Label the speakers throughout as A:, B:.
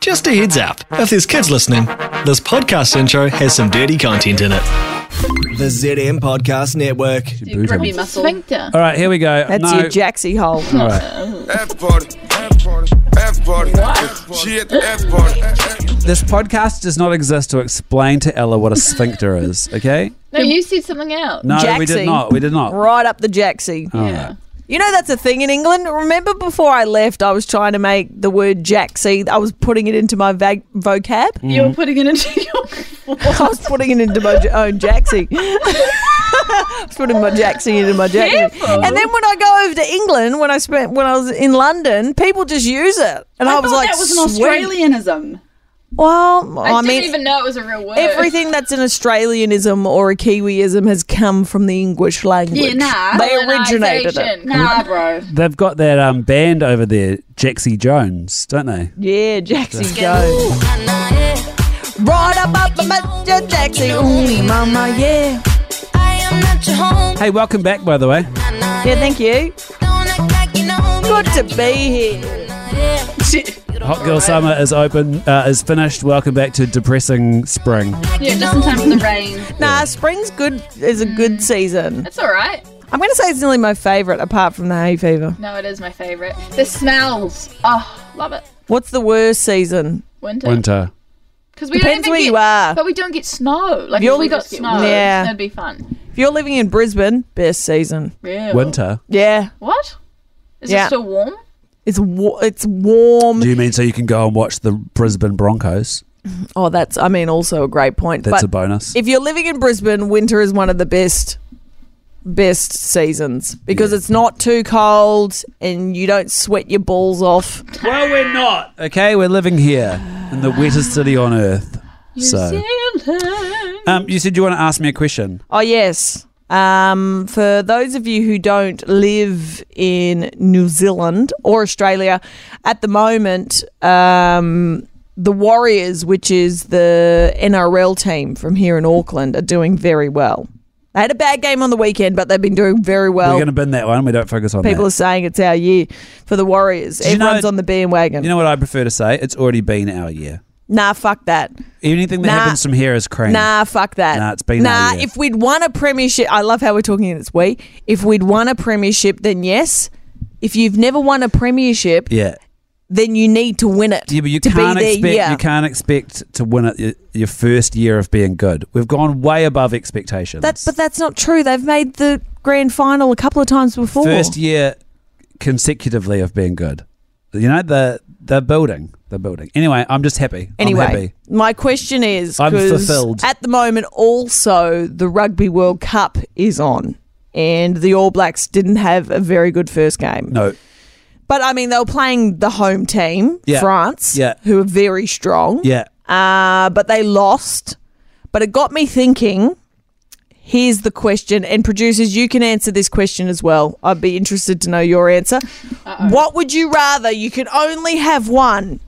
A: Just a heads up, if there's kids listening, this podcast intro has some dirty content in it. The ZM Podcast Network.
B: Boot him.
C: sphincter.
B: All right, here we go.
D: That's
B: no,
D: your jaxie hole.
B: All right.
E: After party, after party, after party. She at the after party.
B: This podcast does not exist to explain to Ella what a sphincter is, okay?
C: No, you said something else.
B: No, we
D: Jaxie.
B: did not. We did not.
D: Right up the jaxie.
B: Yeah.
D: You know that's a thing in England. Remember before I left, I was trying to make the word jaxie. I was putting it into my vague vocab.
C: You're putting it into your.
D: I was putting it into my j- own jaxie. I was putting my jaxie into my jaxie. And then when I go over to England, when I spent when I was in London, people just use it, and I, was
F: thought
D: like,
F: that was an
D: "Sweet."
F: Australianism.
D: Well, I,
C: I,
D: mean,
C: didn't even know it was a real word.
D: Everything that's an Australianism or a Kiwiism has come from the English language.
F: Yeah, nah.
D: They originated it.
C: Colonization.
F: Nah, bro.
B: They've got that um, band over there, Jaxie Jones, don't they?
D: Yeah, Jaxie Jones. Right up, up, up, up, your Jaxie. Ooh, mama, yeah.
B: Hey, welcome back, by the way.
D: Yeah, thank you. Good to be here.
B: Hot Girl Summer is open, uh, is finished. Welcome back to depressing spring.
F: Yeah, just in time for the rain.
D: Nah, spring's good is a
B: Mm.
D: good season.
C: It's all right.
D: I'm gonna say it's nearly my favourite apart from the hay fever.
C: No, it is my favorite. The smells. Oh, love it.
D: What's the worst season?
C: Winter.
B: Winter.
C: Because we
D: Depends
C: don't even
D: where
C: get,
D: you are.
C: But we don't get snow. Like
D: You
C: if we
D: only
C: got
D: just get
C: snow,
D: winter. Yeah.
C: it'd be fun.
D: If you're living in Brisbane, best season.
C: Real.
B: Winter?
D: Yeah.
C: What? Is
D: Yeah.
C: it still warm?
D: It's wa- it's warm.
B: Do you mean so you can go and watch the Brisbane Broncos?
D: Oh, that's I mean also a great point.
B: That's
D: but
B: a bonus.
D: if you're living in Brisbane, winter is one of the best best seasons because it's not too cold and you don't sweat your balls off.
B: well, we're not. Okay, we're living here in the wettest city on earth. So,
C: Zealand.
B: um, you said you want to ask me a question.
D: Oh yes. Um, for those of you who don't live in New Zealand or Australia at the moment, um, the Warriors, which is the NRL team from here in Auckland, are doing very well. They had a bad game on the weekend, but they've been doing very well.
B: We're going to bin that one. We don't focus on that.
D: People are saying it's our year for the Warriors.
B: you know-
D: Everyone's on the bandwagon.
B: You know what I prefer to say? It's already been our year.
D: nah, fuck that.
B: Anything that
D: Nah.
B: happens from here is cream.
D: Nah, fuck that.
B: Nah, it's been
D: Nah,
B: our year.
D: if we'd won a premiership, I love how we're talking in this way. If we'd won a premiership, then yes. If you've never won a premiership,
B: Yeah.
D: then you need to win it.
B: Yeah, but you
D: to
B: can't
D: be there,
B: expect
D: yeah.
B: you can't expect to win it y- your first year of being good. We've gone way above expectations.
D: That, but that's not true. They've made the grand final a couple of times before.
B: first year consecutively of being good. You know the the building, the building. Anyway, I'm just happy. I'm
D: Anyway,
B: happy.
D: my question is
B: I'm
D: 'cause
B: fulfilled.
D: At the moment, also, the Rugby World Cup is on, and the All Blacks didn't have a very good first game.
B: No,
D: But I mean, they were playing the home team,
B: Yeah.
D: France,
B: Yeah.
D: who are very strong.
B: yeah,
D: Uh, but they lost. But it got me thinking. Here's the question, and producers, you can answer this question as well. I'd be interested to know your answer. What would you rather? You can only have one.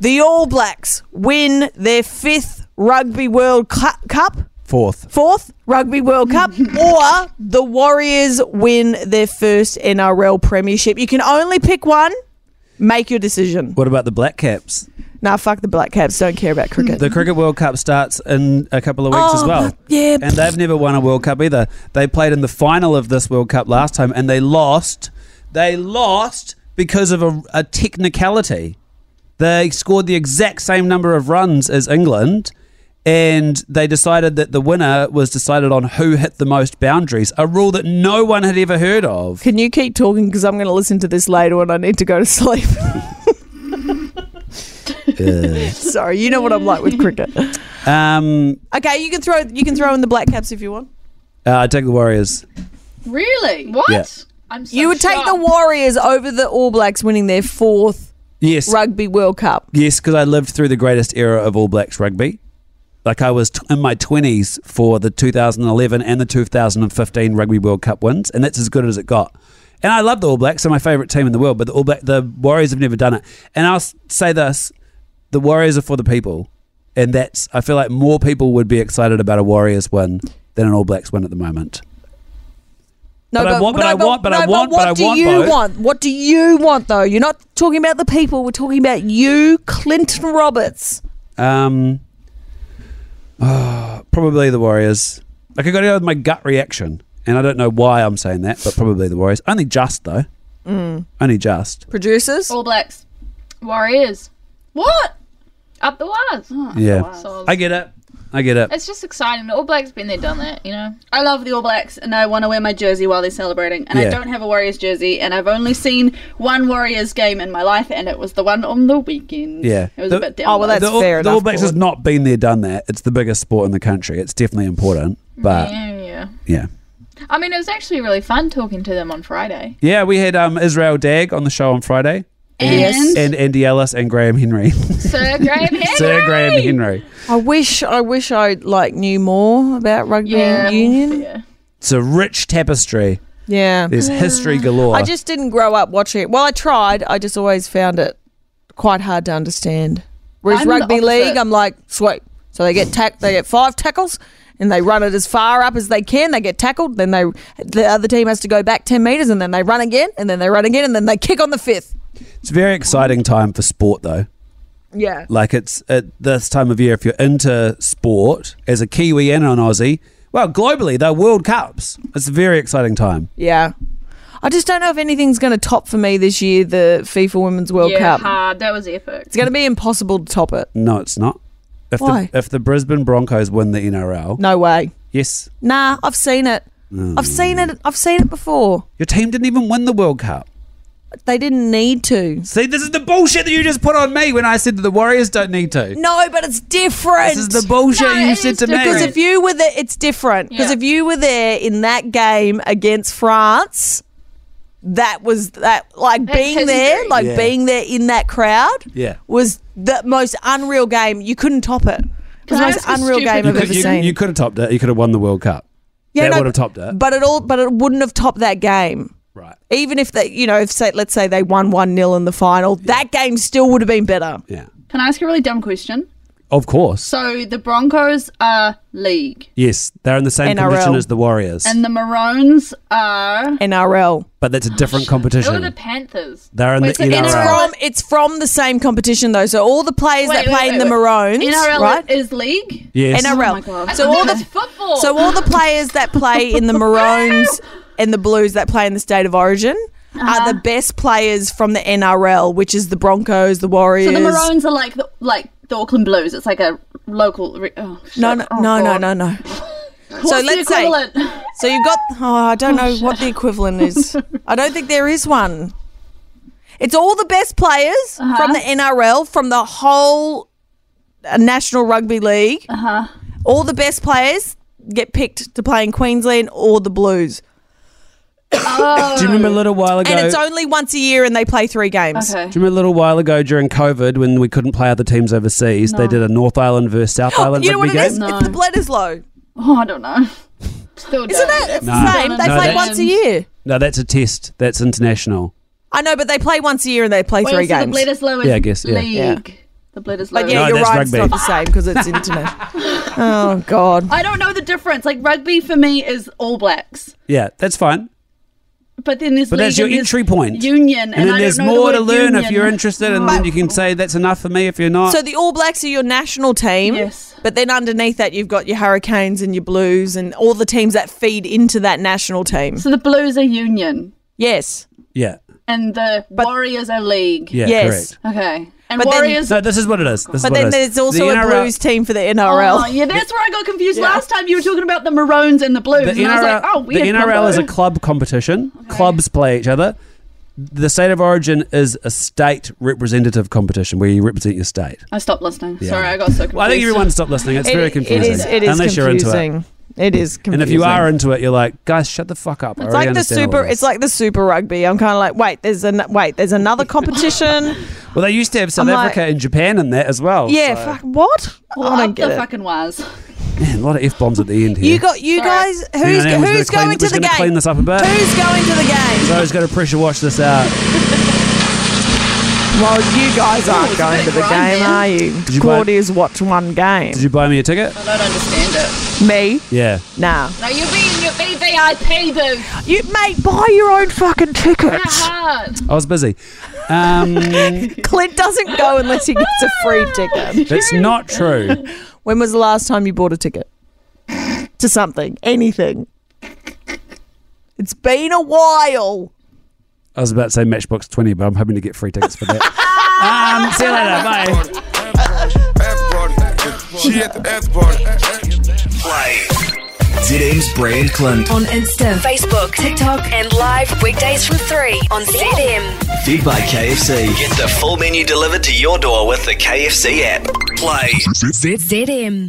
D: The All Blacks win their fifth Rugby World Cu- Cup,
B: fourth.
D: fourth Rugby World Cup, or the Warriors win their first NRL Premiership. You can only pick one. Make your decision.
B: What about the Black Caps?
D: Nah, fuck the Black Caps. Don't care about cricket.
B: The Cricket World Cup starts in a couple of weeks
D: Mm-hmm. Oh,
B: as well.
D: but- yeah.
B: And they've never won a World Cup either. They played in the final of this World Cup last time and they lost. They lost because of a, a technicality. They scored the exact same number of runs as England and they decided that the winner was decided on who hit the most boundaries, a rule that no one had ever heard of.
D: Can you keep talking? Because I'm going to listen to this later when I need to go to sleep. Sorry, you know what I'm like with cricket.
B: Um,
D: Okay, you can throw you can throw in the black caps if you want.
B: uh, I take the Warriors.
C: Really? What?
B: Yeah.
C: I'm so
D: You would take the
C: shocked.
D: Warriors over the All Blacks winning their fourth
B: Yes.
D: Rugby World Cup.
B: Yes, because I lived through the greatest era of All Blacks rugby. Like I was t- in my twenties for the 2011 and the 2015 Rugby World Cup wins, and that's as good as it got. And I love the All Blacks; they're my favourite team in the world. But the All Black, the Warriors have never done it. And I'll s- say this: the Warriors are for the people, and that's I feel like more people would be excited about a Warriors win than an All Blacks win at the moment.
D: No,
B: But I want- but I want- but I
D: no,
B: want- but
D: What
B: I
D: do
B: want
D: you
B: both.
D: want? What do you want, though? You're not talking about the people. We're talking about you, Clinton Roberts.
B: Um, ah, probably the Warriors. Like I got to go with my gut reaction, and I don't know why I'm saying that, but probably the Warriors. Only just though.
D: Mm.
B: Only just.
D: Producers?
F: All Blacks. Warriors. What? Up the wires. Oh,
B: Yeah.
F: so
B: I get it. I get it.
F: it's just exciting. The All Blacks been there, done that. You know. I love the All Blacks, and I want to wear my jersey while they're celebrating. And
B: Yeah.
F: I don't have a Warriors jersey, and I've only seen one Warriors game in my life, and it was the one on the weekend.
B: Yeah.
F: It was
B: The-
F: a bit down.
D: Oh, well,
F: low.
D: that's
B: the, All-
D: fair
B: the All
D: enough,
B: Blacks has
D: Gordon.
B: not been there, done that. It's the biggest sport in the country. It's definitely important, but yeah.
F: Yeah, yeah.
B: yeah.
F: I mean, it was actually really fun talking to them on Friday.
B: we had um, Israel Dag on the show on Friday,
F: And
B: and Andy Ellis and Graham Henry,
F: Sir Graham Henry.
B: Sir Graham Henry.
D: I wish, I wish I like knew more about rugby
F: Yeah.
D: union.
F: Yeah.
B: It's a rich tapestry.
D: Yeah,
B: There's history galore.
D: I just didn't grow up watching it. Well, I tried. I just always found it quite hard to understand. Whereas
F: I'm the
D: rugby
F: opposite.
D: league, I'm like, sweet. So they get tack, they get five tackles, and they run it as far up as they can. They get tackled, then they the other team has to go back ten meters, and then they run again, and then they run again, and then they kick on the fifth.
B: it's a very exciting time for sport, though.
D: Yeah,
B: Like it's at this time of year, if you're into sport as a Kiwi and an Aussie, well, globally they're World Cups. It's a very exciting time.
D: yeah. I just don't know if anything's going to top for me this year the FIFA Women's World
F: Yeah,
D: Cup.
F: hard. That was epic.
D: It's going to be impossible to top it.
B: No, it's not. If
D: Why?
B: the if the Brisbane Broncos win the NRL,
D: No way.
B: yes,
D: Nah, I've seen it. I've seen it. I've seen it before.
B: your team didn't even win the World Cup.
D: They didn't need to.
B: See, this is the bullshit that you just put on me when I said that the Warriors don't need to.
D: No, but it's different.
B: This is the bullshit
F: No,
B: you
F: it
B: said
F: is
B: to me.
D: because if you were there, it's different. Because
F: Yeah.
D: if you were there in that game against France, that was that like
F: That's
D: being
F: history.
D: there, like
B: Yeah.
D: being there in that crowd.
B: Yeah.
D: was the most unreal game. You couldn't top it. It was
F: Can
D: the
F: I
D: most
F: ask a
D: unreal
F: stupid
D: game
B: you
D: I've
F: question?
B: could,
D: ever seen.
B: you, you could have topped it. You could have won the World Cup. that would have topped it.
D: But it all, but it wouldn't have topped that game.
B: Right.
D: Even if they, you know, if say, let's say they won one 0 in the final, that game still would have been better.
B: Yeah.
F: Can I ask a really dumb question?
B: Of course.
F: So the Broncos are league,
B: Yes, they're in the same
D: NRL.
B: competition as the Warriors,
F: and the Maroons are.
D: NRL.
B: but that's a different
F: Who are the
B: competition.
F: Panthers?
B: They're in
F: Wait,
B: the
F: so
B: NRL.
D: It's from it's from the same competition though. So all the players that
F: Wait,
D: play
F: wait,
D: in the
F: wait, wait.
D: Maroons,
F: NRL
D: right?
F: is league.
B: Yes.
D: NRL.
F: Oh my god.
D: So all the
F: football.
D: so all the players that play in the Maroons and the Blues that play in the state of origin
F: Uh-huh.
D: are the best players from the NRL, which is the Broncos, the Warriors.
F: So the Maroons are like the, like the Auckland Blues. It's like a local. re- Oh, shit.
D: No, no,
F: Oh,
D: no, no,
F: God.
D: no, no.
F: What's
D: so
F: the
D: let's say-
F: equivalent?
D: So you've got. Oh, I don't know what the equivalent is. I don't think there is one. It's all the best players from the NRL, from the whole uh, National Rugby League. Uh-huh. All the best players get picked to play in Queensland or the Blues.
B: Do you remember a little while ago?
D: And it's only once a year and they play three games.
F: Okay.
B: do you remember a little while ago during COVID when we couldn't play other teams overseas? They did a North Island versus South Island
D: You know what
B: rugby
D: it is?
B: game.
F: No.
D: It's the Bledisloe.
F: Oh, I don't know. Still
D: Isn't it? It's
B: No.
D: the same. They
B: No,
D: play
B: that's-
D: once a year.
B: No, that's a test. That's international.
D: I know, but they play once a year and they play
F: Wait,
D: three
F: so
D: games.
F: The Bledisloe is
B: Yeah, I guess, yeah.
D: Yeah.
F: league. The Bledisloe.
D: But yeah,
B: No,
D: you're
B: that's
D: right.
B: rugby.
D: It's not the same because it's international. oh God.
F: I don't know the difference. Like rugby for me is All Blacks,
B: Yeah, that's fine.
F: but then there's
B: But that's
F: league
B: your
F: and there's
B: entry point.
F: Union, and,
B: And,
F: I
B: then there's
F: don't know the
B: more to
F: word
B: learn if
F: union.
B: you're interested, and then you can say that's enough for me if you're not.
D: So the All Blacks are your national team.
F: Yes.
D: But then underneath that, you've got your Hurricanes and your Blues and all the teams that feed into that national team.
F: So the Blues are Union,
D: Yes.
B: yeah,
F: and the Warriors are league.
B: yeah,
D: Yes.
B: correct.
F: Okay. And
D: But then-
F: Warriors.
B: So this is what it is. This is
D: But
B: what it
D: then
B: is.
D: there's
B: The
D: also a
B: NRL
D: Blues team for the NRL.
F: Oh, yeah, that's where I got confused last time. You were talking about the Maroons and the Blues,
B: The
F: and I was
B: NRL,
F: like, oh,
B: the
F: weird.
B: NRL is a
F: combo.
B: club competition. Clubs play each other. The state of origin is a state representative competition where you represent your state.
F: I stopped listening. Sorry, I got so confused.
B: Well, I think everyone stopped listening. It's
D: It-
B: very confusing.
D: It is, it is
B: unless
D: confusing.
B: you're into it.
D: It is confusing.
B: And if you are into it, you're like, guys, shut the fuck up.
D: It's like the super. It's like the Super Rugby. I'm kind of like, wait, there's an wait, there's another competition.
B: well, they used to have South
D: I'm like-
B: Africa and Japan in that as well.
D: yeah,
B: so-
D: fuck, what? I
F: Up
D: don't get
F: the
D: it.
F: fucking wires.
B: man, a lot of f bombs at the end here.
D: You got you
F: Sorry.
D: guys.
B: Hang
D: Who's
B: on, hang on,
D: who's
B: we're gonna
D: going
B: clean,
D: to the
B: we're gonna Clean
D: game?
B: this up a bit.
D: Who's going to the game?
B: Joe's going to pressure wash this out.
D: Well, you guys aren't
F: it's a
D: going
F: bit
D: to the
F: grimy,
D: game,
F: man.
D: are you?
B: you buy-
D: Claudia's watched one game.
B: Did you buy me a ticket?
F: I don't understand it.
D: Me?
B: Yeah.
D: Nah.
C: No, you be in your VIP booth.
D: You mate, buy your own fucking tickets.
C: Hard.
B: I was busy. Um,
D: Clint doesn't go unless he gets a free ticket.
B: that's not true.
D: When was the last time you bought a ticket to something, anything? It's been a while.
B: I was about to say Matchbox 20, but I'm hoping to get free tickets for that. um, see you later. Bye.
E: She at the F party.
G: Play.
A: ZM's Brand Clint.
H: On Insta, Facebook, TikTok, and live weekdays from 3 on ZM.
A: Fed by KFC.
G: Get the full menu delivered to your door with the KFC app. Play.
H: ZM.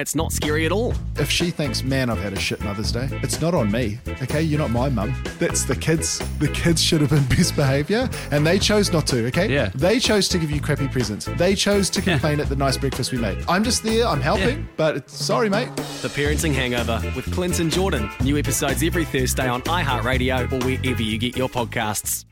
I: It's not scary at all.
J: If she thinks, man, I've had a shit Mother's Day, it's not on me. Okay, you're not my mum. That's the kids. The kids should have been best behaviour, and they chose not to. Okay,
B: Yeah.
J: They chose to give you crappy presents. They chose to complain at the nice breakfast we made. I'm just there. I'm helping, but it's, sorry, mate.
I: The Parenting Hangover with Clint and Jordan. New episodes every Thursday on iHeartRadio or wherever you get your podcasts.